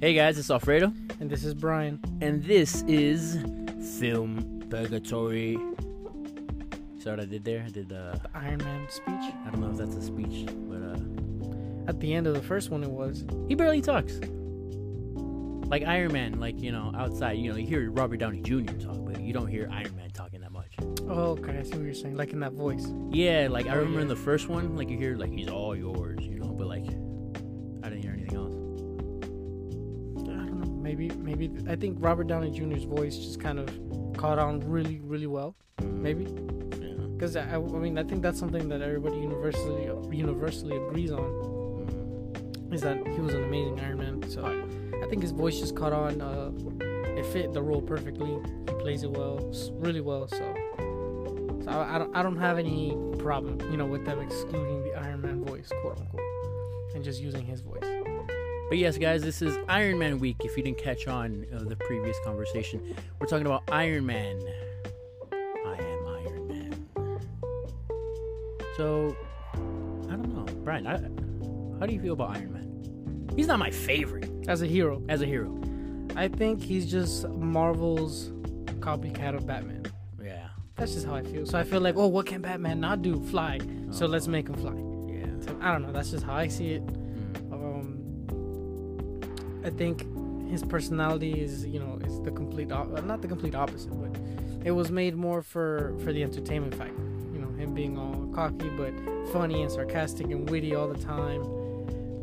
Hey guys, it's Alfredo, And this is Brian. and this is Film Purgatory. See what I did there? I did, uh, The Iron Man speech. I don't know if that's a speech, but, uh, At the end of the first one, it was. he barely talks. Like Iron Man, like, you know, outside, you know, you hear Robert Downey Jr. talk, but you don't hear Iron Man talking that much. Oh, okay. I see what you're saying. Like in that voice. Yeah, like, I Oh, remember yeah. in the first one, like, you hear, like, he's all yours, you know, but, like, I didn't hear anything else. I don't know. Maybe, maybe. I think Robert Downey Jr.'s voice just kind of caught on really, really well. Maybe. Mm, Yeah. Because, I, I mean, I think that's something that everybody universally universally agrees on Mm. is that he was an amazing Iron Man. So I think his voice just caught on. Uh, it fit the role perfectly. He plays it well, s- really well. So. So I, I, don't, I don't have any problem, you know, with them excluding the Iron Man voice, quote unquote, and just using his voice. But yes, guys, this is Iron Man week. If you didn't catch on of the previous conversation, we're talking about Iron Man. I am Iron Man. So, I don't know, Brian. I, how do you feel about Iron Man? He's not my favorite As a hero, as a hero. I think he's just Marvel's copycat of Batman. Yeah, That's just how I feel. So I feel like, oh, what can Batman not do? Fly. So let's make him fly. Oh, yeah. So I don't know. That's just how I see it. Mm. Um, I think his personality is, you know, is the complete, op- uh, not the complete opposite, but it was made more for for the entertainment factor. You know, him being all cocky but funny and sarcastic and witty all the time.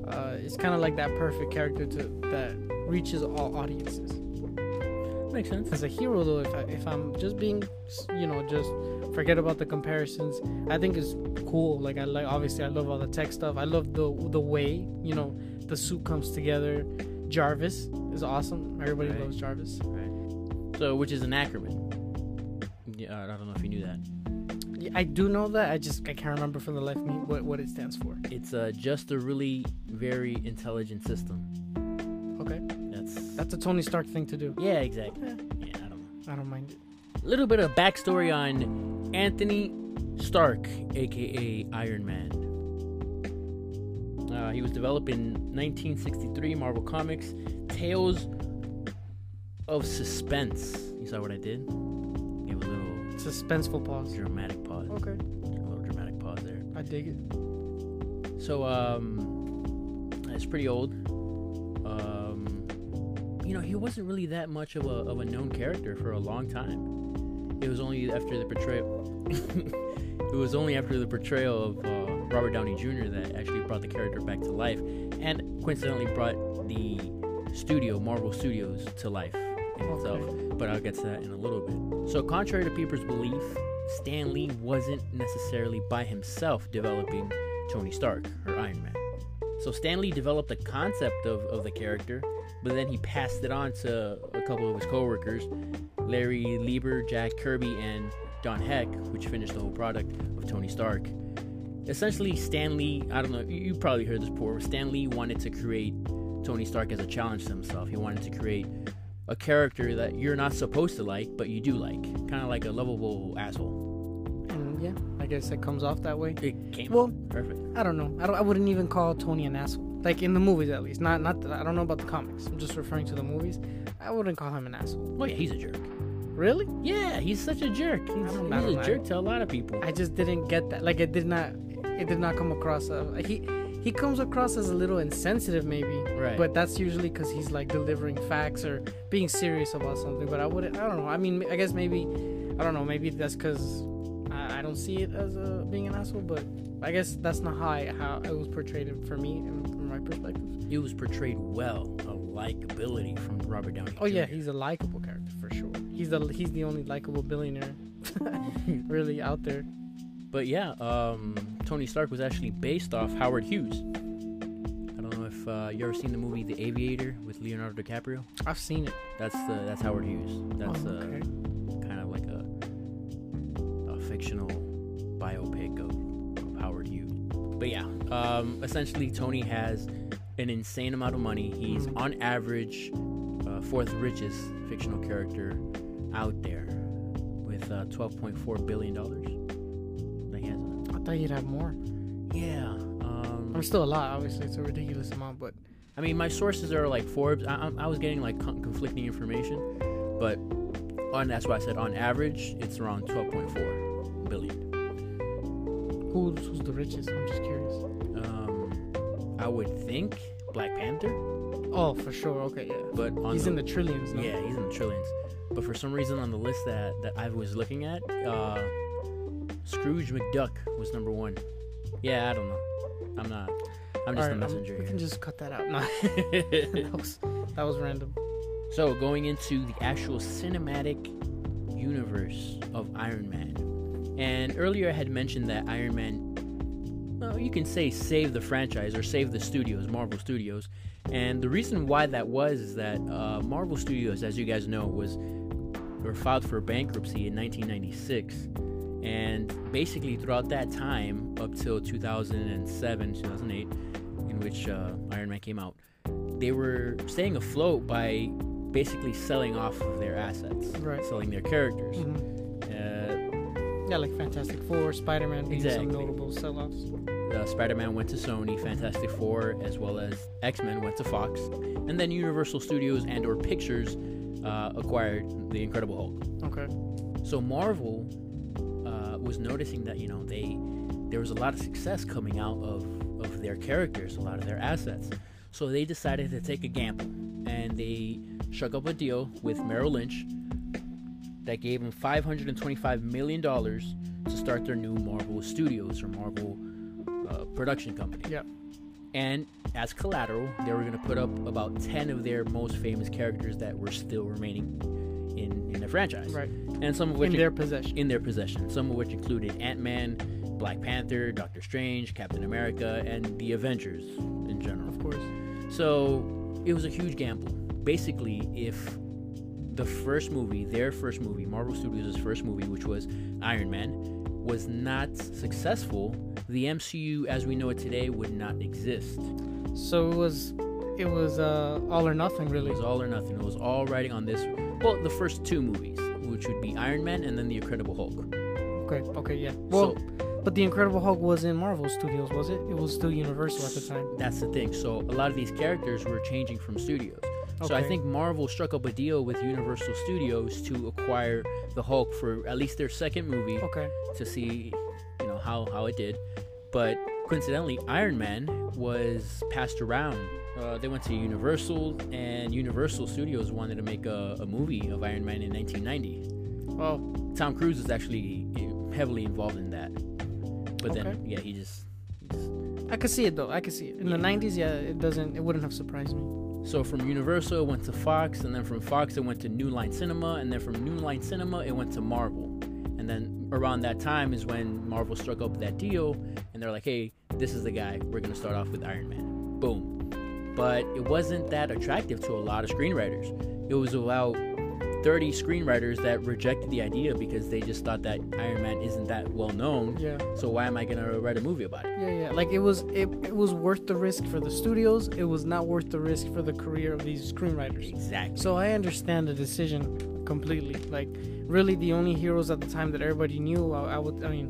Uh, it's kind of like that perfect character to that reaches all audiences Makes sense. as a hero though if, I, if i'm just being you know just forget about the comparisons i think it's cool like i like obviously i love all the tech stuff i love the the way you know the suit comes together jarvis is awesome everybody Right. loves jarvis So, which is an Ackerman. Yeah, I don't know if you knew that. yeah, i do know that i just i can't remember for the life of me what, what it stands for It's uh, just a really very intelligent system. okay That's. that's a tony stark thing to do yeah, exactly. Yeah. Yeah, I don't know. i don't mind it little bit of backstory on Anthony Stark, aka Iron Man. Uh, he was developed in 1963 Marvel Comics. Tales of Suspense. You saw what I did? Gave a little suspenseful pause dramatic pause. okay A little dramatic pause there. i dig it So um, it's pretty old. Um, you know, he wasn't really that much of a of a known character for a long time. It was only after the portrayal. it was only after the portrayal of uh, Robert Downey Jr. that actually brought the character back to life, and coincidentally brought the studio Marvel Studios to life in itself. But I'll get to that in a little bit. So, contrary to people's belief, Stan Lee wasn't necessarily by himself developing Tony Stark or Iron Man. So Stanley developed the concept of, of the character, but then he passed it on to a couple of his coworkers, Larry Lieber, Jack Kirby, and Don Heck, which finished the whole product of Tony Stark. Essentially, Stanley, I don't know, you, you probably heard this before, Stanley wanted to create Tony Stark as a challenge to himself. He wanted to create a character that you're not supposed to like, but you do like. Kind of like a lovable asshole. and yeah i guess it comes off that way It came Well- perfect. I don't know. I, don't, I wouldn't even call Tony an asshole. Like in the movies, at least. Not not. The, I don't know about the comics. I'm just referring to the movies. I wouldn't call him an asshole. Oh, yeah, he's a jerk. Really? Yeah, he's such a jerk. He's, I don't- I he's don't a like jerk to a lot of people. I just didn't get that. Like it did not. It did not come across. Uh, he he comes across as a little insensitive, maybe. Right. But that's usually because he's like delivering facts or being serious about something. But I wouldn't. I don't know. I mean, I guess maybe. I don't know. Maybe that's because I, I don't see it as a, being an asshole. But I guess that's not how I, how it was portrayed for me and from my perspective. It was portrayed well, a likability from Robert Downey. Oh yeah, Jr.. he's a likable character for sure. He's the he's the only likable billionaire really out there. But yeah, um, Tony Stark was actually based off Howard Hughes. I don't know if uh, you ever seen the movie The Aviator with Leonardo DiCaprio. I've seen it. That's the that's Howard Hughes. That's Oh, uh, kind of like a a fictional biopic of, of Howard Hughes. But yeah, um, essentially Tony has an insane amount of money. He's Mhm. on average uh, fourth richest fictional character out there with uh, 12.4 billion dollars. That he has. I thought you'd have more. Yeah. Um, I'm still a lot, obviously. It's a ridiculous amount, but I mean, my sources are like Forbes. I, I'm- I was getting like con- conflicting information, but on that's why I said on average it's around 12.4 billion. Who's, who's the richest? I'm just curious. Um, I would think Black Panther, Oh, for sure. Okay, yeah. but on He's the, in the trillions now. yeah, he's in the trillions. But for some reason on the list that that I was looking at, uh, Scrooge McDuck was number one. Yeah, I don't know. I'm not. I'm just Alright, the um, messenger we here. can just cut that out. No, that was that was random. So, going into the actual cinematic universe of Iron Man. And earlier I had mentioned that Iron Man, well, you can say save the franchise or save the studios, Marvel Studios. And the reason why that was is that uh, Marvel Studios, as you guys know, was or filed for bankruptcy in 1996. And basically, throughout that time, up till 2007, 2008, in which uh, Iron Man came out, they were staying afloat by basically selling off of their assets, Right. selling their characters. Mhm. Uh, Yeah, like Fantastic Four, Spider Man being Exactly. some notable sell-offs. uh, Spider-Man went to Sony, Fantastic Four, as well as X-Men went to Fox, and then Universal Studios and/or Pictures uh, acquired the Incredible Hulk. Okay. So Marvel uh, was noticing that you know they there was a lot of success coming out of of their characters, a lot of their assets. So they decided to take a gamble, and they struck up a deal with Merrill Lynch that gave them 525 million dollars to start their new Marvel Studios or Marvel uh, production company. Yep. And as collateral, they were going to put up about 10 of their most famous characters that were still remaining in, in the franchise. Right. And some of which In their possession. in their possession, some of which included Ant Man, Black Panther, Doctor Strange, Captain America, and the Avengers in general. Of course. So it was a huge gamble. Basically, if the first movie, their first movie, Marvel Studios' first movie, which was Iron Man, was not successful, the MCU as we know it today would not exist. So it was, it was uh, all or nothing It really. was all or nothing. It was all riding on this. Well, the first two movies, which would be Iron Man and then The Incredible Hulk. Okay. Okay. Yeah. Well, but the Incredible Hulk was in Marvel Studios, was it? It was still Universal at the time. That's the thing. So a lot of these characters were changing from studios. So I Okay. think Marvel struck up a deal with Universal Studios to acquire the Hulk for at least their second movie Okay. to see, you know, how how it did. But coincidentally, Iron Man was passed around. Uh, they went to Universal, and Universal Studios wanted to make a, a movie of Iron Man in 1990. Oh. Tom Cruise was actually heavily involved in that, but Okay. then yeah, he just I could see it though. I could see it. In the '90s, yeah, it doesn't. It wouldn't have surprised me. So from Universal, it went to Fox, and then from Fox, it went to New Line Cinema, and then from New Line Cinema, it went to Marvel. And then around that time is when Marvel struck up that deal, and they're like, hey, this is the guy. We're going to start off with Iron Man. Boom. But it wasn't that attractive to a lot of screenwriters. It was about 30 screenwriters that rejected the idea because they just thought that Iron Man isn't that well known. Yeah. So why am I going to write a movie about it? Yeah, yeah. Like it was, it, it was worth the risk for the studios. It was not worth the risk for the career of these screenwriters. Exactly. So I understand the decision completely. Like, really, the only heroes at the time that everybody knew, I, I would, I mean,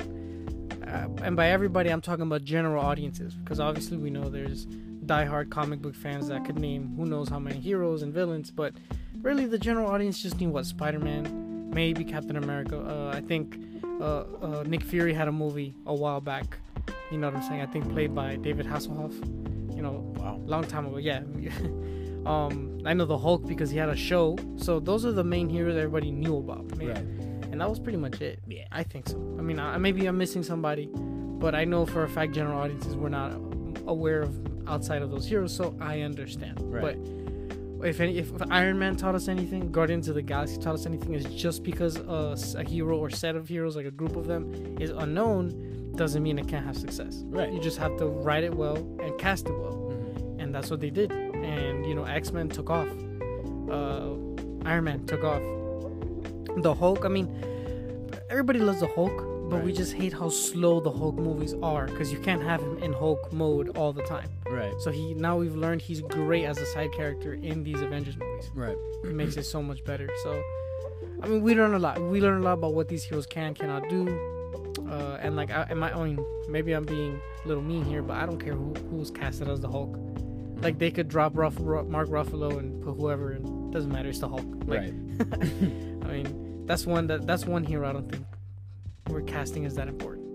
uh, and by everybody, I'm talking about general audiences because obviously we know there's diehard comic book fans that could name who knows how many heroes and villains, but really, the general audience just knew what Spider-Man, maybe Captain America. Uh, I think uh, uh, Nick Fury had a movie a while back. You know what I'm saying? I think played by David Hasselhoff. You know, Wow. long time ago. Yeah. um, I know the Hulk because he had a show. So those are the main heroes everybody knew about, man. Right. And that was pretty much it. Yeah. I think so. I mean, I, maybe I'm missing somebody, but I know for a fact general audiences were not aware of outside of those heroes, so I understand. Right. But if any, if Iron Man taught us anything, Guardians of the Galaxy taught us anything, is just because a, s- a hero or set of heroes, like a group of them, is unknown, doesn't mean it can't have success. Right. You just have to write it well and cast it well Mhm. and that's what they did. And you know, X Men took off. Uh, Iron Man took off. The Hulk. I mean, everybody loves the Hulk, but we Right. just hate how slow the Hulk movies are because you can't have him in Hulk mode all the time. Right. So he now we've learned he's great as a side character in these Avengers movies. Right. It makes it so much better. So, I mean, we learn a lot. We learn a lot about what these heroes can cannot do. Uh, and like, I, am I? I mean, maybe I'm being a little mean here, but I don't care who who's casted as the Hulk. Like they could drop Ruff, Ru- Mark Ruffalo and put whoever, and doesn't matter. It's the Hulk. Like, right. I mean, that's one that that's one hero. I don't think where casting is that important.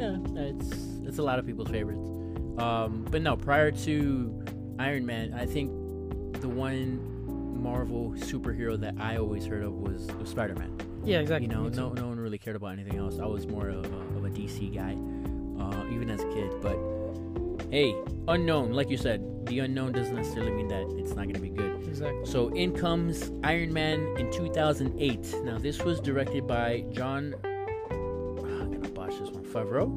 Yeah, it's it's a lot of people's favorites. Um, but no, prior to Iron Man, I think the one Marvel superhero that I always heard of was, was Spider Man. Yeah, exactly. You know, me too. no no one really cared about anything else. I was more of a, of a DC guy, uh, even as a kid. But hey, unknown, like you said, the unknown doesn't necessarily mean that it's not going to be good. exactly. So in comes Iron Man in 2008. Now this was directed by John. I'm gonna botch this one. Favreau.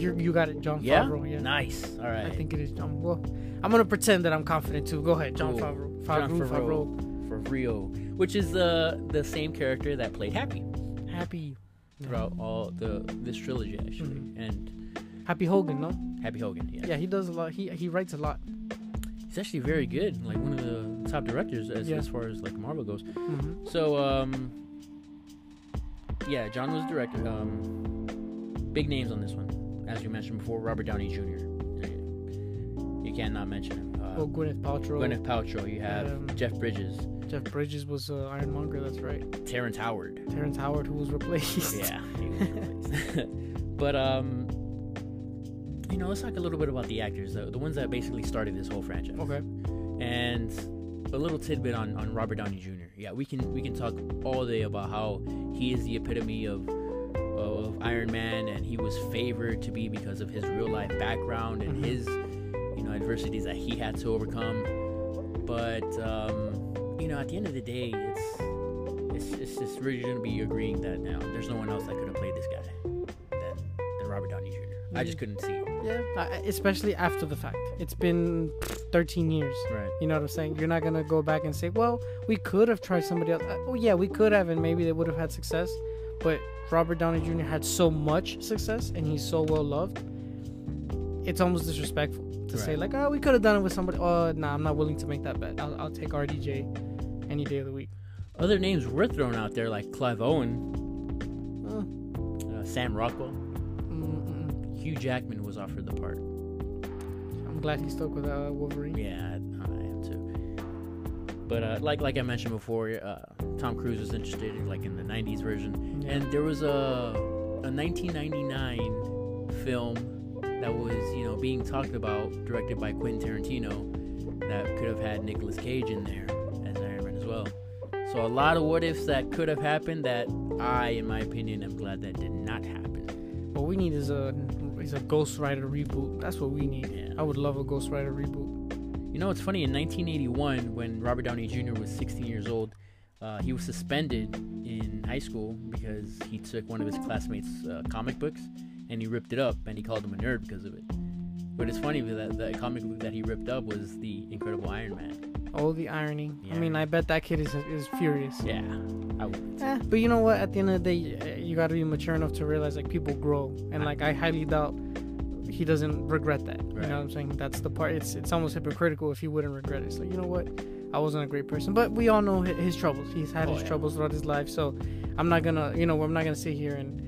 You, you got it, John Yeah? Favreau. Yeah, Nice. All right. I think it is John. Well, I'm gonna pretend that I'm confident too. Go ahead, John Cool. Favreau. John Favreau. Favreau. for Rio, which is the the same character that played Happy Favreau. Happy, throughout Mm-hmm. all the this trilogy actually, and Happy Hogan. No, Happy Hogan. Yeah. Mm-hmm. yeah, he does a lot. He he writes a lot. he's actually very good. Like one of the top directors as, Yeah. as far as like Marvel goes. Mhm. So, um, yeah, John was director. Um, big names on this one, as you mentioned before, Robert Downey Jr. You can't not mention him. Uh, Oh, Gwyneth Paltrow. Gwyneth Paltrow. You have Um, Jeff Bridges, Jeff Bridges was uh, Ironmonger. That's right. Terrence Howard. Terrence Howard, who was replaced. yeah, he was replaced. but um, you know, let's talk a little bit about the actors, the, the ones that basically started this whole franchise. Okay. and a little tidbit on, on Robert Downey Jr. Yeah, we can we can talk all day about how he is the epitome of of Iron Man, and he was favored to be because of his real life background and his you know adversities that he had to overcome. But um, you know, at the end of the day, it's it's, it's just really going to be agreeing that now there's no one else that could have played this guy than, than Robert Downey junior I just couldn't see it. Yeah. I- especially after the fact. It's been 13 years. Right. You know what I'm saying? You're not gonna go back and say, "Well, we could have tried somebody else." Uh, Oh yeah, we could have, and maybe they would have had success. But Robert Downey Jr. had so much success, and he's so well loved. It's almost disrespectful to say Right. like, "Oh, we could have done it with somebody." Oh, nah, I'm not willing to make that bet. I'll, I'll take RDJ any day of the week. Other names were thrown out there like Clive Owen, Uh, uh, Sam Rockwell. Mm, mm-mm. Hugh Jackman was offered the part. I'm glad he stuck with uh, Wolverine. Yeah, I I am too. But uh, like like I mentioned before, uh, Tom Cruise was interested in, like in the '90s version, Yeah. and there was a a 1999 film that was you know being talked about, directed by Quentin Tarantino, that could have had Nicolas Cage in there as Iron Man as well. So a lot of what ifs that could have happened that I, in my opinion, am glad that did not happen. What we need is a is a Ghost Rider reboot. That's what we need. Yeah. I would love a Ghost Rider reboot. You know, it's funny. In 1981, when Robert Downey Jr. was 16 years old, uh, he was suspended in high school because he took one of his classmates' uh, comic books and he ripped it up, and he called him a nerd because of it. But it's funny that the comic book that he ripped up was the Incredible Iron Man. Oh, the irony. I Yeah. mean, I bet that kid is is furious. Yeah, I would. Eh, but you know what? At the end of the day, y- you got to be mature enough to realize like people grow, and like I highly doubt he doesn't regret that. You Right. know what I'm saying? That's the part. It's it's almost hypocritical if he wouldn't regret it. It's like you know what? I wasn't a great person, but we all know hi- his troubles. He's had Oh, his yeah. troubles throughout his life, so I'm not gonna you know I'm not gonna sit here and.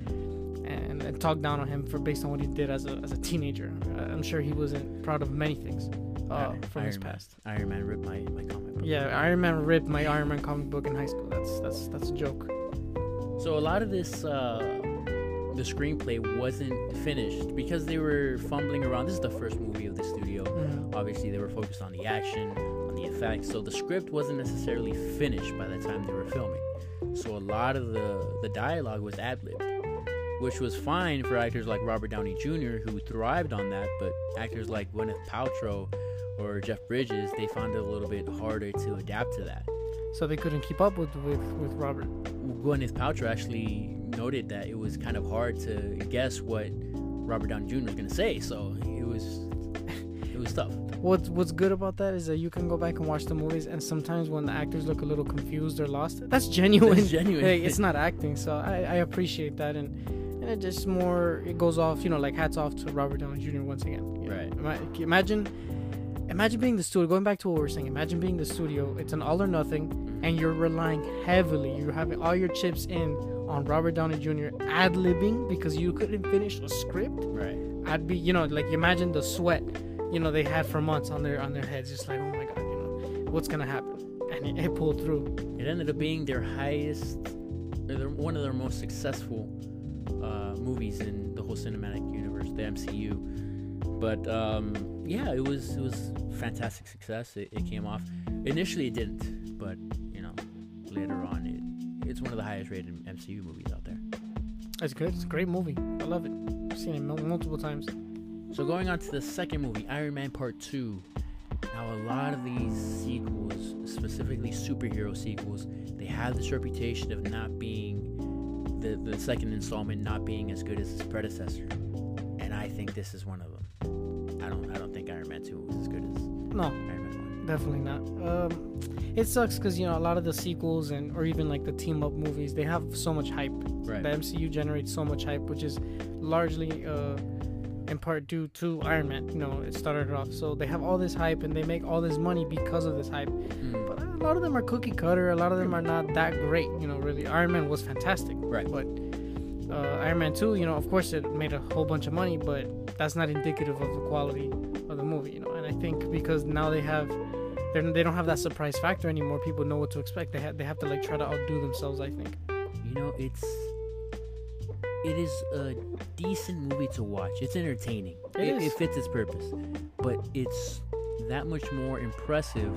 And, and talk down on him for based on what he did as a, as a teenager. I- I'm sure he wasn't proud of many things uh, Iron- from his Iron Man. past. Iron Man ripped my, my comic book. Yeah, Iron Man ripped my Iron Man comic book in high school. That's that's that's a joke. So a lot of this, uh, the screenplay wasn't finished because they were fumbling around. This is the first movie of the studio. Obviously, they were focused on the action, on the effects. So the script wasn't necessarily finished by the time they were filming. So a lot of the the dialogue was ad libbed, which was fine for actors like Robert Downey Jr. who thrived on that. But actors like Gwyneth Paltrow or Jeff Bridges, they found it a little bit harder to adapt to that. so they couldn't keep up with with, with Robert. Gwyneth Paltrow actually noted that it was kind of hard to guess what Robert Downey Jr. was going to say, so it was it was tough. What's what's good about that is that you can go back and watch the movies, and sometimes when the actors look a little confused or lost, that's genuine. That's genuine. Hey, it's not acting, so I, I appreciate that, and and it just more it goes off, you know, like hats off to Robert Downey Jr. once again. you know. Right. Ima- Imagine. Imagine being the studio. Going back to what we were saying, imagine being the studio. It's an all or nothing, and you're relying heavily. You're having all your chips in on Robert Downey Jr. ad libbing because you couldn't finish a script. Right. I'd be, you know, like imagine the sweat you know they had for months on their on their heads, just like oh my god, you know what's gonna happen, and it, it pulled through. It ended up being their highest, or their, one of their most successful uh, movies in the whole cinematic universe, the MCU. But um, yeah, it was it was fantastic success. It, it came off. Initially, it didn't, but you know, later on, it it's one of the highest rated MCU movies out there. It's good. It's a great movie. I love it. I've seen it mul- multiple times. So going on to the second movie, Iron Man Part Two. Now a lot of these sequels, specifically superhero sequels, they have this reputation of not being the, the second installment not being as good as its predecessor. And I think this is one of them. I don't I don't think Iron Man Two was as good as No, Iron Man One. definitely not. Um, it sucks because you know a lot of the sequels and or even like the team up movies, they have so much hype. Right. The MCU generates so much hype, which is largely uh, in part due to Iron Man. You know, it started off so they have all this hype and they make all this money because of this hype. Mm. But a lot of them are cookie cutter. A lot of them are not that great. You know, really, Iron Man was fantastic. Right. But uh, Iron Man Two, you know, of course, it made a whole bunch of money, but that's not indicative of the quality of the movie. You know, and I think because now they have, they're, they don't have that surprise factor anymore. People know what to expect. They have they have to like try to outdo themselves. I think. You know, it's it is a decent movie to watch. It's entertaining. It it, is. it fits its purpose. But it's that much more impressive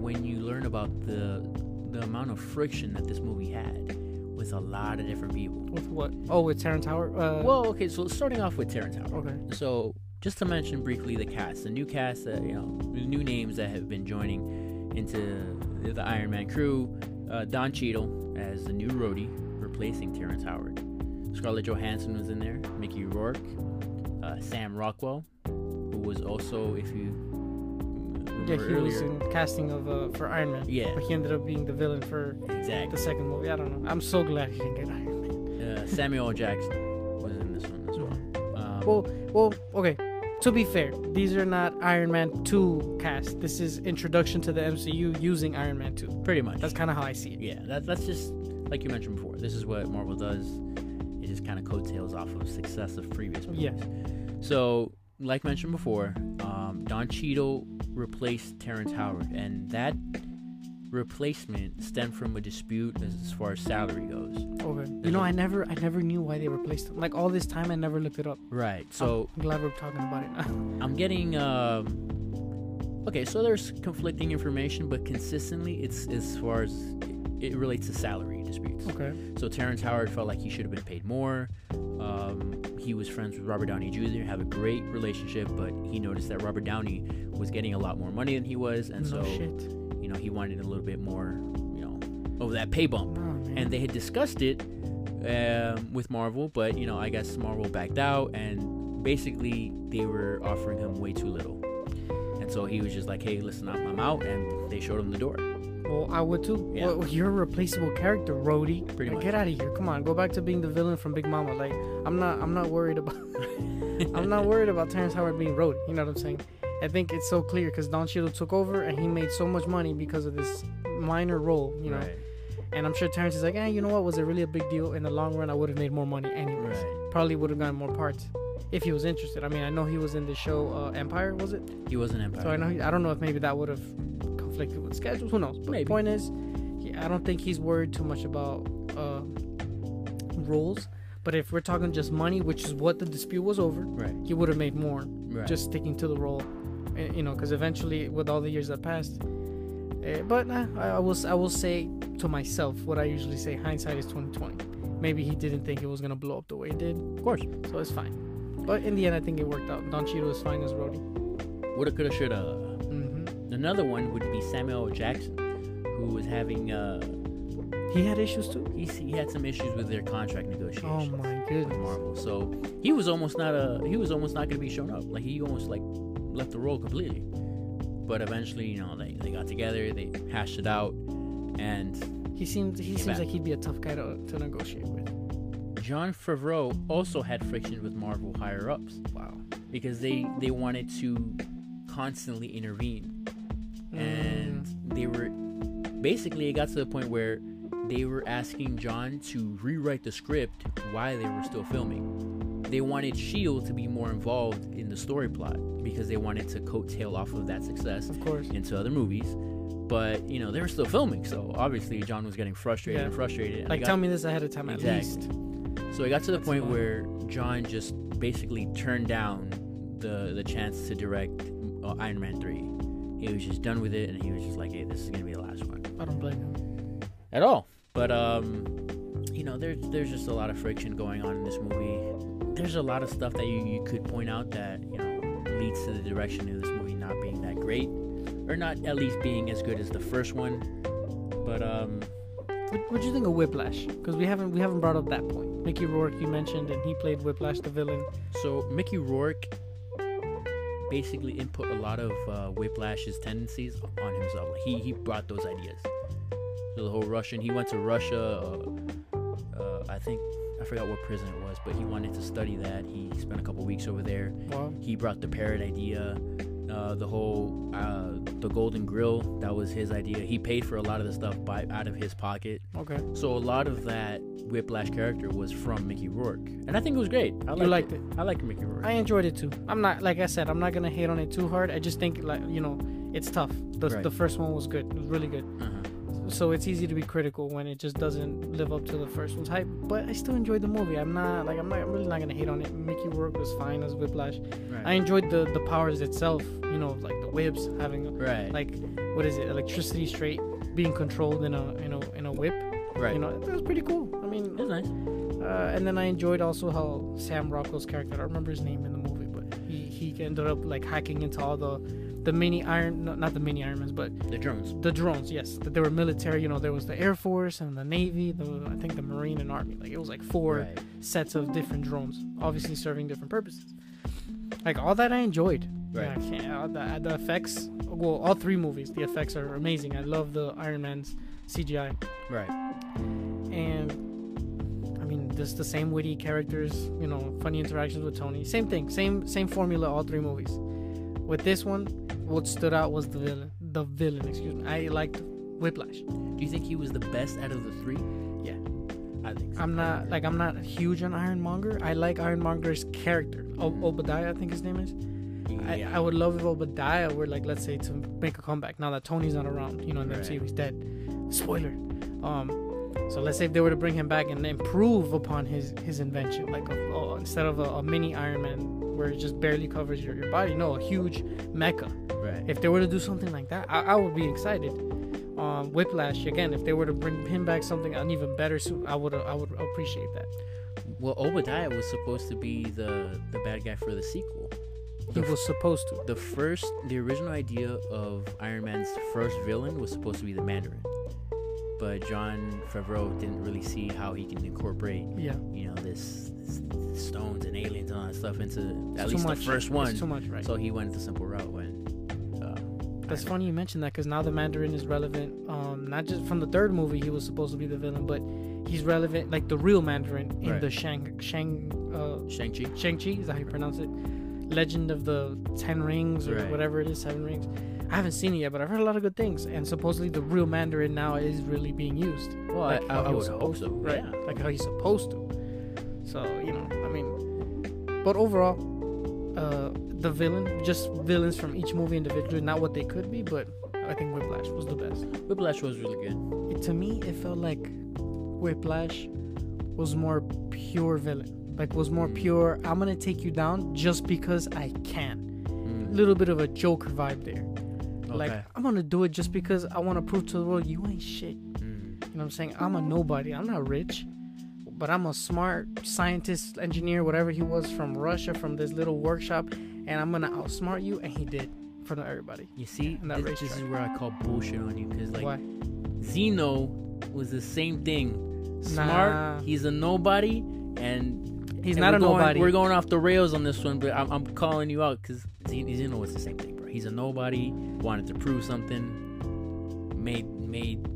when you learn about the the amount of friction that this movie had with a lot of different people. With what? Oh, with Terran Tower. Uh, Well, okay, so starting off with Terrence Howard. Okay. So, just to mention briefly the cast, the new cast that you know, the new names that have been joining into the Iron Man crew. Uh, Don Cheadle as the new roadie, replacing Terrence Howard. Scarlett Johansson was in there. Mickey Rourke, uh, Sam Rockwell, who was also, if you Yeah, remember he was earlier- in casting of uh, for Iron Man. Yeah. But he ended up being the villain for the exactly. second movie. I don't know. I'm so glad he didn't get Iron Man. Uh, Samuel L. Jackson was in this one as well. Um, Mm-hmm. Well, well, okay. To be fair, these are not Iron Man 2 cast. This is introduction to the MCU using Iron Man 2. pretty much. That's kind of how I see it. yeah that, that's just like you mentioned before this is what marvel does it just kind of coattails off of success of previous movies Yeah. so like mentioned before um, don Cheadle replaced terrence howard and that replacement stemmed from a dispute as, as far as salary goes Okay. You know, I never, I never knew why they replaced him. Like all this time, I never looked it up. right so I'm glad we're talking about it now. i'm getting um, okay so there's conflicting information but consistently it's as far as it relates to salary disputes okay. So Terrence Howard felt like he should have been paid more. Um, he was friends with Robert Downey Jr., have a great relationship, but he noticed that Robert Downey was getting a lot more money than he was, and no so shit. you know he wanted a little bit more, you know, over that pay bump. No, Oh, man. And they had discussed it um, with Marvel, but you know I guess Marvel backed out, and basically they were offering him way too little, and so he was just like, "Hey, listen, I'm, I'm out," and they showed him the door. well, I would too. Yeah. Well, you're a replaceable character, Rhodey. Pretty Like, much. Get out of here. Come on, go back to being the villain from Big Mama. Like, I'm not, I'm not worried about. I'm not worried about Terrence Howard being road. You know what I'm saying? I think it's so clear because Don Cheadle took over and he made so much money because of this minor role, you know. Right. And I'm sure Terrence is like, eh, you know what? Was it really a big deal? In the long run, I would have made more money anyways. Right. Probably would have gotten more parts if he was interested. I mean, I know he was in the show uh, Empire, was it? He was an Empire. So I know he, I don't know if maybe that would have conflicted with schedules. Who knows? But Maybe. the point is, he, I don't think he's worried too much about uh, rules. But if we're talking just money, which is what the dispute was over, Right. he would have made more Right. just sticking to the role, eh, you know, because eventually, with all the years that passed, eh, but nah, I, I will s- I will say to myself what I usually say: hindsight is twenty twenty. Maybe he didn't think it was gonna blow up the way it did, of course. so it's fine. But in the end, I think it worked out. Don Cheadle is fine as Rhodey. Woulda, coulda, shoulda. hmm Another one would be Samuel L. Jackson, who was having uh, He had issues too. he, he had some issues with their contract Oh negotiations my with goodness. Marvel. So he was almost not a he was almost not gonna be shown up. Like he almost like left the role completely. But eventually, you know, they, they got together, they hashed it out, and He seems he back. seems like he'd be a tough guy to, to negotiate with. John Favreau also had friction with Marvel higher ups Wow. because they they wanted to constantly intervene Mm. and they were basically it got to the point where they were asking John to rewrite the script while they were still filming. they wanted Shield to be more involved in the story plot because they wanted to coattail off of that success Of course. into other movies. But you know they were still filming, so obviously John was getting frustrated Yeah. and frustrated. and it Like, got- tell me this ahead of time at Exactly. least. so it got to the That's point fine. where John just basically turned down the the chance to direct uh, Iron Man three. He was just done with it, and he was just like, "Hey, this is gonna be the last one." I don't blame him. at all. But um, you know, there's there's just a lot of friction going on in this movie. There's a lot of stuff that you, you could point out that you know leads to the direction of this movie not being that great, or not at least being as good as the first one. But um, What what do you think of Whiplash? Because we haven't we haven't brought up that point. Mickey Rourke, you mentioned, and he played Whiplash, the villain. so Mickey Rourke basically input a lot of uh, Whiplash's tendencies on himself. Like, he he brought those ideas. So the whole Russian, he went to Russia. Uh, uh, I think I forgot what prison it was, but he wanted to study that. He spent a couple weeks over there. Wow. He brought the parrot idea, uh, the whole uh, the golden grill. That was his idea. He paid for a lot of the stuff by out of his pocket. Okay. So a lot of that Whiplash character was from Mickey Rourke, and I think it was great. I You liked I liked Mickey Rourke. I enjoyed it too. I'm not like I said, I'm not gonna hate on it too hard. I just think like you know, it's tough. The, Right. the first one was good. It was really good. Uh-huh. So it's easy to be critical when it just doesn't live up to the first one's hype. But I still enjoyed the movie. I'm not like I'm not I'm really not gonna hate on it. Mickey Rourke was fine as Whiplash. Right. I enjoyed the the powers itself. You know, like the whips having right. like what is it electricity straight being controlled in a in a in a whip. right. You know, it was pretty cool. I mean, it was nice. uh, and then I enjoyed also how Sam Rockwell's character, I don't remember his name in the movie, but he, he ended up like hacking into all the the mini iron no, not the mini ironmans but The drones. the drones yes that they were military you know there was the air force and the navy the i think the marine and army like it was like four Right. sets of different drones obviously serving different purposes like all that i enjoyed Right. yeah, I can't, all the, the effects well all three movies the effects are amazing i love the iron man's cgi Right. and I mean, just the same witty characters, you know, funny interactions with Tony. Same thing, same same formula, all three movies. With this one, what stood out was the villain. The villain, excuse me. I liked Whiplash. Do you think he was the best out of the three? Yeah. I think. So. I'm not like I'm not huge on Ironmonger. I like Ironmonger's character, o- Obadiah, I think his name is. yeah. I, I would love if Obadiah were like, let's say, to make a comeback now that Tony's not around. You know, in the Right. MCU, he's dead. Spoiler. Um, so let's say if they were to bring him back and improve upon his his invention, like a, a, instead of a, a mini Iron Man where it just barely covers your, your body, no, a huge mecha. right. If they were to do something like that, I, I would be excited. Um, Whiplash again. If they were to bring him back something an even better suit, I would I would appreciate that. Well, Obadiah was supposed to be the the bad guy for the sequel. He The f- was supposed to. The first, the original idea of Iron Man's first villain was supposed to be the Mandarin, but John Favreau didn't really see how he can incorporate, Yeah, you know, this, this stones and aliens and all that stuff into It's at too least much. the first one. It's too much, right? So he went the simple route when. Uh, That's funny you mentioned that because now the Mandarin is relevant. Um, not just from the third movie, he was supposed to be the villain, but he's relevant, like the real Mandarin in Right. the Shang Shang uh, Shang Chi. Shang Chi. Is that how you pronounce it? Legend of the Ten Rings or Right. whatever it is, Seven Rings. I haven't seen it yet, but I've heard a lot of good things. And supposedly the real Mandarin now is really being used, Well, Like I, I, how I he would was hope so. right? Yeah. Like how he's supposed to. So you know, I mean, but overall, uh, the villain, just villains from each movie individually, not what they could be, but I think Whiplash was the best. Whiplash was really good. It- to me it felt like whiplash was more pure villain like was more pure i'm gonna take you down just because i can Mm. little bit of a joker vibe there Okay. like i'm gonna do it just because i want to prove to the world you ain't shit you Mm. know what i'm saying i'm a nobody i'm not rich but i'm a smart scientist engineer whatever he was from russia from this little workshop and i'm gonna outsmart you and he did in front of everybody You see, And that this, this is racetrack. where I call bullshit on you because like why Zeno was the same thing. Smart, Nah. he's a nobody, and he's and not we're a going- nobody We're going off the rails on this one, but I'm, I'm calling you out because Zeno was the same thing, bro. He's a nobody, wanted to prove something, made made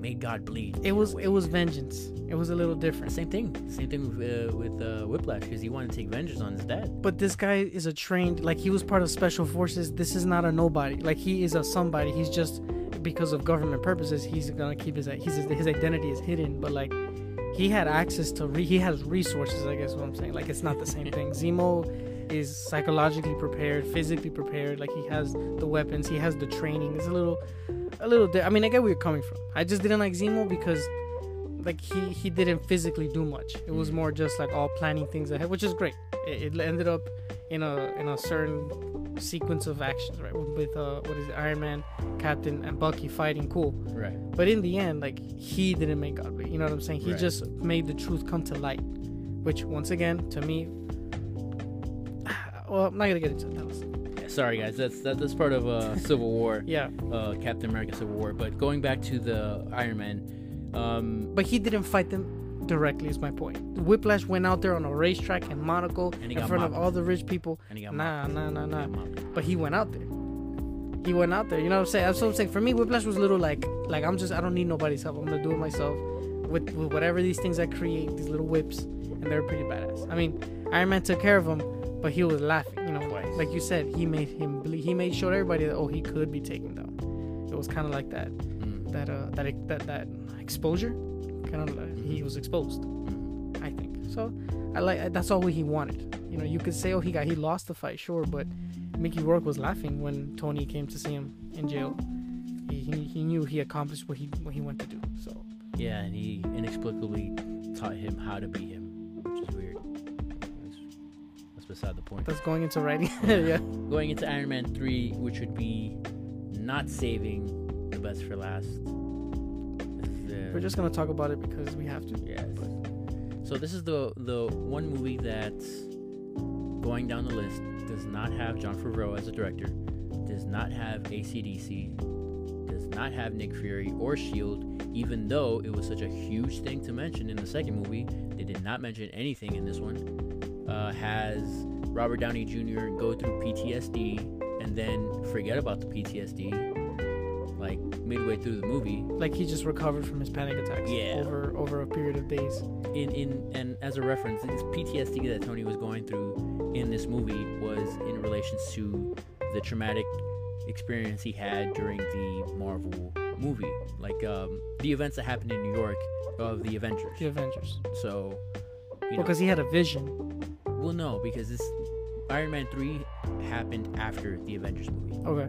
made God bleed. it in a was way. it was vengeance it was a little different same thing. Same thing with uh, with uh, Whiplash because he wanted to take vengeance on his dad. but this guy is a trained like he was part of special forces this is not a nobody like he is a somebody he's just because of government purposes he's gonna keep his he's, his identity is hidden but like he had access to re- he has resources. I guess what I'm saying. Like it's not the same thing. Zemo is psychologically prepared, physically prepared. Like he has the weapons, he has the training. It's a little, a little. Di- I mean, I get where you're coming from. I just didn't like Zemo because like he he didn't physically do much. It was more just like all planning things ahead, which is great. It, it ended up in a in a certain sequence of actions, right? With uh, what is it, Iron Man, Captain, and Bucky fighting, cool. Right. But in the end, like he didn't make God. You know what I'm saying? He Right. just made the truth come to light, which once again, to me, well, I'm not gonna get into that. Sorry, guys. That's that, that's part of uh, Civil War, Yeah, uh, Captain America Civil War. But going back to the Iron Man, um, but he didn't fight them directly. Is my point. Whiplash went out there on a racetrack in Monaco And he in got front of mopped. all the rich people. and he got Nah, nah, nah, nah. mobbed. He got mobbed. But he went out there. He went out there. You know what I'm saying? That's what I'm saying. For me, Whiplash was a little like, like I'm just, I don't need nobody's help. I'm gonna do it myself with, with whatever these things I create, these little whips, and they're pretty badass. I mean, Iron Man took care of him, but he was laughing. You know, Twice. like you said, he made him, ble- he made sure everybody that oh he could be taken down. It was kind of like that, Mm, that, uh, that, that, that exposure. Kind of, like he was exposed. mm. I think. So I like uh, that's all he wanted. You know, you could say oh he got he lost the fight, sure, but Mickey Rourke was laughing when Tony came to see him in jail. He, he, he knew he accomplished what he what he went to do. So Yeah, and he inexplicably taught him how to be him, which is weird. That's, that's beside the point. that's going into writing. yeah. going into Iron Man 3, which would be not saving the best for last. We're just gonna talk about it because we have to. Yes. So this is the the one movie that's going down the list does not have John Favreau as a director, does not have ACDC, does not have Nick Fury or Shield, E even though it was such a huge thing to mention in the second movie. They did not mention anything in this one. Uh, has Robert Downey Jr. go through PTSD and then forget about the PTSD, like midway through the movie, Like he just recovered from his panic attacks Yeah. over over a period of days. in, in and as a reference, this PTSD that Tony was going through in this movie was in relation to the traumatic experience he had during the Marvel movie, like um, the events that happened in New York of the Avengers. The Avengers. So, you know, Because he had a vision. well, no, because this Iron Man three happened after the Avengers movie. Okay.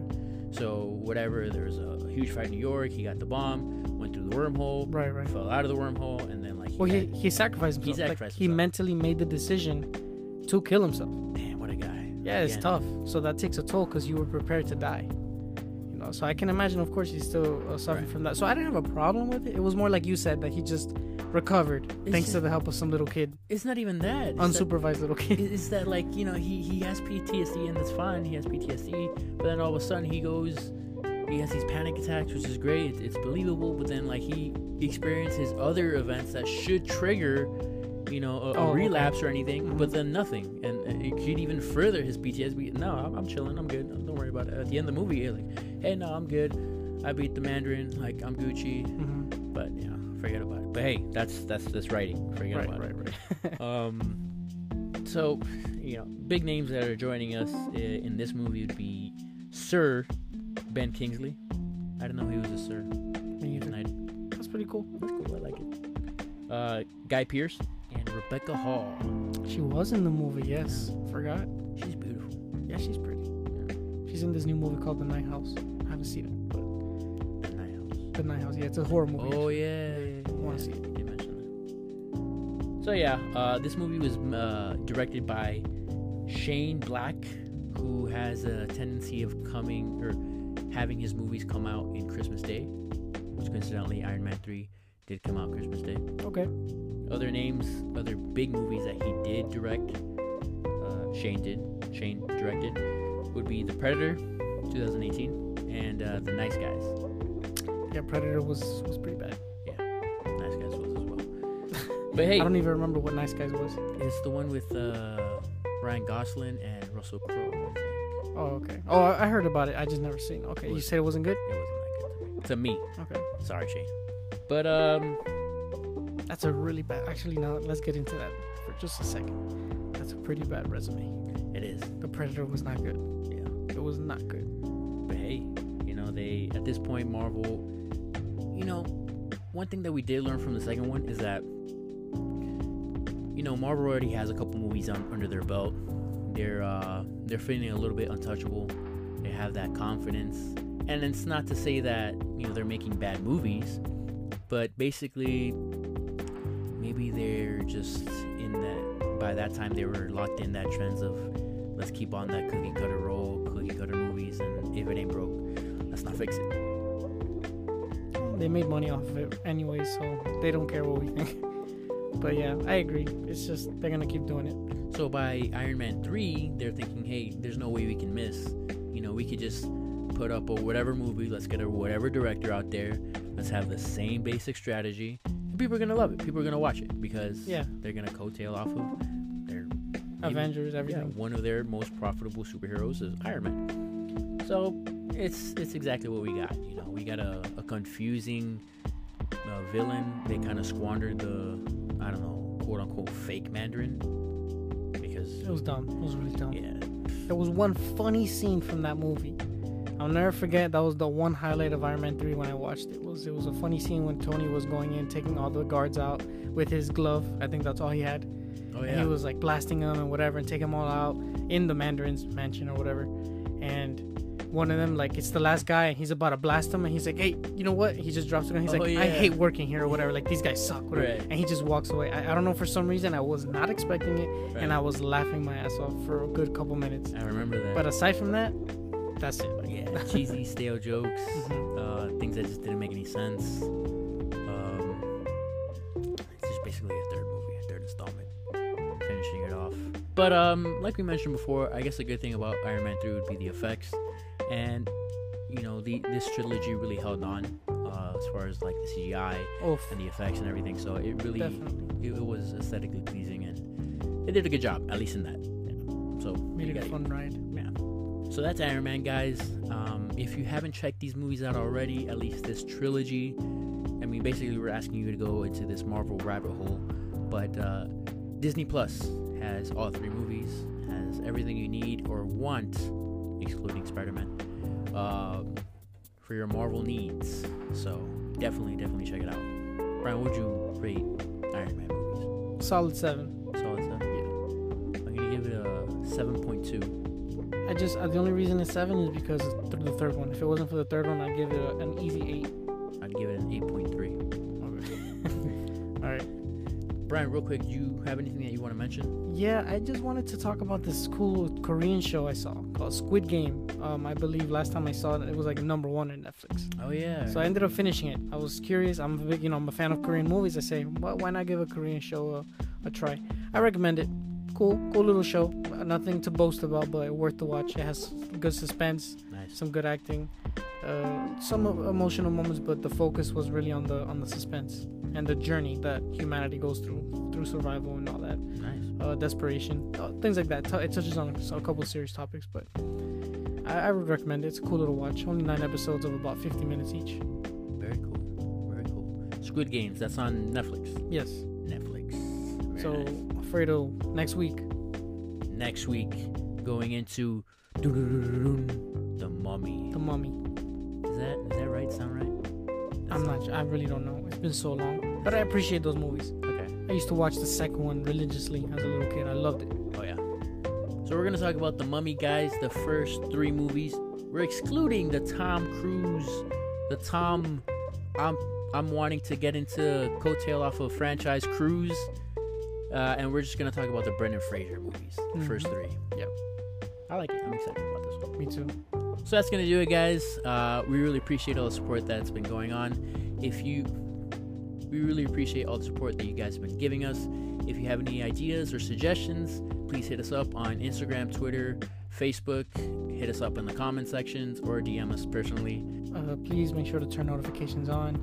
So whatever, there was a huge fight in New York. He got the bomb, went through the wormhole, Right. Right. fell out of the wormhole, and then like he Well, he, had- he sacrificed himself. Like, sacrificed he himself. mentally made the decision to kill himself. damn, what a guy. Yeah, it's Again. tough. So that takes a toll because you were prepared to die. You know, so I can imagine. Of course, he's still uh, suffering Right. from that. So I didn't have a problem with it. It was more like you said that he just recovered thanks to just- the help of some little kid, It's not even that. It's that- unsupervised little kid. is that like you know he he has PTSD and that's fine he has PTSD but then all of a sudden he goes he has these panic attacks which is great it's, it's believable but then like he experiences other events that should trigger you know a, a Oh, okay. relapse or anything Mhm. but then nothing and uh, it could even further his PTSD no I'm, I'm chilling I'm good don't worry about it at the end of the movie you're like hey no I'm good I beat the Mandarin like I'm Gucci hmm but you know forget about it but hey that's that's that's writing forget Right, about it right, right. um, so, you know, big names that are joining us i- in this movie would be Sir Ben Kingsley. I didn't know he was a Sir. Me either. And I, That's pretty cool. that's cool. I like it. Uh, Guy Pierce and Rebecca Hall. She was in the movie. Yes, forgot. She's beautiful. Yeah, she's pretty. She's in this new movie called The Night House. I haven't seen it, but The Night House. The Night House. Yeah, it's a horror movie. Oh yeah, Oh, yeah, yeah, wanna yeah. see it. You did mention that. So yeah, uh, this movie was uh, directed by Shane Black, who has a tendency of coming or having his movies come out in Christmas Day, which coincidentally Iron Man three did come out Christmas Day. Okay. Other names, other big movies that he did direct, uh, Shane did, Shane directed, would be The Predator, 2018, and uh, The Nice Guys. Yeah, Predator was was pretty bad. Nice Guys was as well. But hey, I don't even remember what Nice Guys was. It's the one with uh, Ryan Gosling and Russell Crowe. I think. Oh, okay. Oh, I I heard about it. I just never seen. it. Okay, you Was- said it wasn't good. It wasn't that good to me. To me, Okay. sorry Shane. But um, That's a really bad. Actually, now let's get into that for just a second. That's a pretty bad resume. it is. The Predator was not good. Yeah. It was not good. But hey, you know they at this point Marvel. You know, one thing that we did learn from the second one is that you know, Marvel already has a couple movies on, under their belt. They're uh, they're feeling a little bit untouchable. They have that confidence, and it's not to say that you know they're making bad movies, but basically, maybe they're just in that. By that time, they were locked in that trends of let's keep on that cookie cutter roll, cookie cutter movies, and if it ain't broke, let's not fix it. Hmm. They made money off of it anyway, so they don't care what we think. But yeah, I agree. It's just they're gonna keep doing it. So by Iron Man 3, they're thinking, hey, there's no way we can miss. You know, we could just put up a whatever movie, let's get a whatever director out there, let's have the same basic strategy. And people are gonna love it. People are gonna watch it because Yeah. they're gonna coattail off of their maybe- Avengers, yeah, everything. one of their most profitable superheroes is Iron Man. So it's it's exactly what we got. You know, we got a, a confusing uh, villain. They kind of squandered the I don't know quote unquote fake Mandarin because It was dumb. It was really dumb. yeah There was one funny scene from that movie. I'll never forget. That was the one highlight of Iron Man 3 when I watched it. Was it was a funny scene when Tony was going in, taking all the guards out with his glove. I think that's all he had. oh And he was like blasting them and whatever and take them all out in the Mandarin's mansion or whatever. And one of them, like, it's the last guy and he's about to blast him and he's like, hey, you know what? He just drops the gun. He's Oh, like, yeah. I hate working here or whatever. Like, these guys suck. Whatever. Right. And he just walks away. I, I don't know, for some reason, I was not expecting it Right. and I was laughing my ass off for a good couple minutes. I remember that. But aside from that, that's it. yeah, cheesy, stale jokes, Mhm. uh, things that just didn't make any sense. Um, it's just basically a third movie, a third installment, finishing it off. But um, like we mentioned before, I guess a good thing about Iron Man 3 would be the effects, and you know, the this trilogy really held on uh, as far as like the CGI Oh, and the effects and everything. So it really definitely. it, it was aesthetically pleasing, and they did a good job, at least in that. Yeah. So Made you it a gotta- fun ride. yeah. So that's Iron Man, guys. Um, if you haven't checked these movies out already, at least this trilogy, I mean, basically, we're asking you to go into this Marvel rabbit hole. But uh, Disney Plus has all three movies, has everything you need or want, excluding Spider Man, um, for your Marvel needs. So definitely, definitely check it out. Brian, would you rate Iron Man movies? Solid seven. Solid stuff? Yeah. I'm going to give it a 7.2. I just uh, the only reason it's seven is because of th- the third one. If it wasn't for the third one, I'd give it a, an easy eight. I'd give it an 8.3. All right. Brian, real quick, do you have anything that you want to mention? Yeah, I just wanted to talk about this cool Korean show I saw called Squid Game. Um, I believe last time I saw it, it was like number one on Netflix. Oh yeah. So I ended up finishing it. I was curious. I'm a big, you know, I'm a fan of Korean movies. I say, well, why not give a Korean show a, a try? I recommend it. Cool, cool little show. Nothing to boast about, but worth the watch. It has good suspense, nice. some good acting, uh, some of- emotional moments, but the focus was really on the on the suspense and the journey that humanity goes through through survival and all that Nice. uh, desperation, uh, things like that. T- It touches on a couple of serious topics, but I-, I would recommend it. It's a cool little watch. Only nine episodes of about 50 minutes each. Very cool. Very cool. Squid Games. That's on Netflix. Yes. Netflix. Very so, nice. Fredo, next week. next week, going into the Mummy. The Mummy. Is that is that right? Sound right? That I'm not. sounds- su- I really don't know. It's been so long, but I appreciate those movies. Okay. I used to watch the second one religiously as a little kid. I loved it. Oh yeah. So we're gonna talk about the Mummy, guys. The first three movies. We're excluding the Tom Cruise, the Tom. I'm I'm wanting to get into coattail off of franchise Cruise, uh, and we're just gonna talk about the Brendan Fraser movies, the first three. Yep. I like it. I'm excited about this one. Me too. So that's gonna do it, guys. Uh, we really appreciate all the support that's been going on. If you, we really appreciate all the support that you guys have been giving us. If you have any ideas or suggestions, please hit us up on Instagram, Twitter, Facebook. Hit us up in the comment sections or DM us personally. Uh, please make sure to turn notifications on,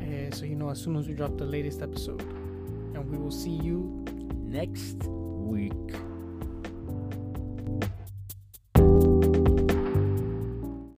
uh, so you know as soon as we drop the latest episode. And we will see you Next week.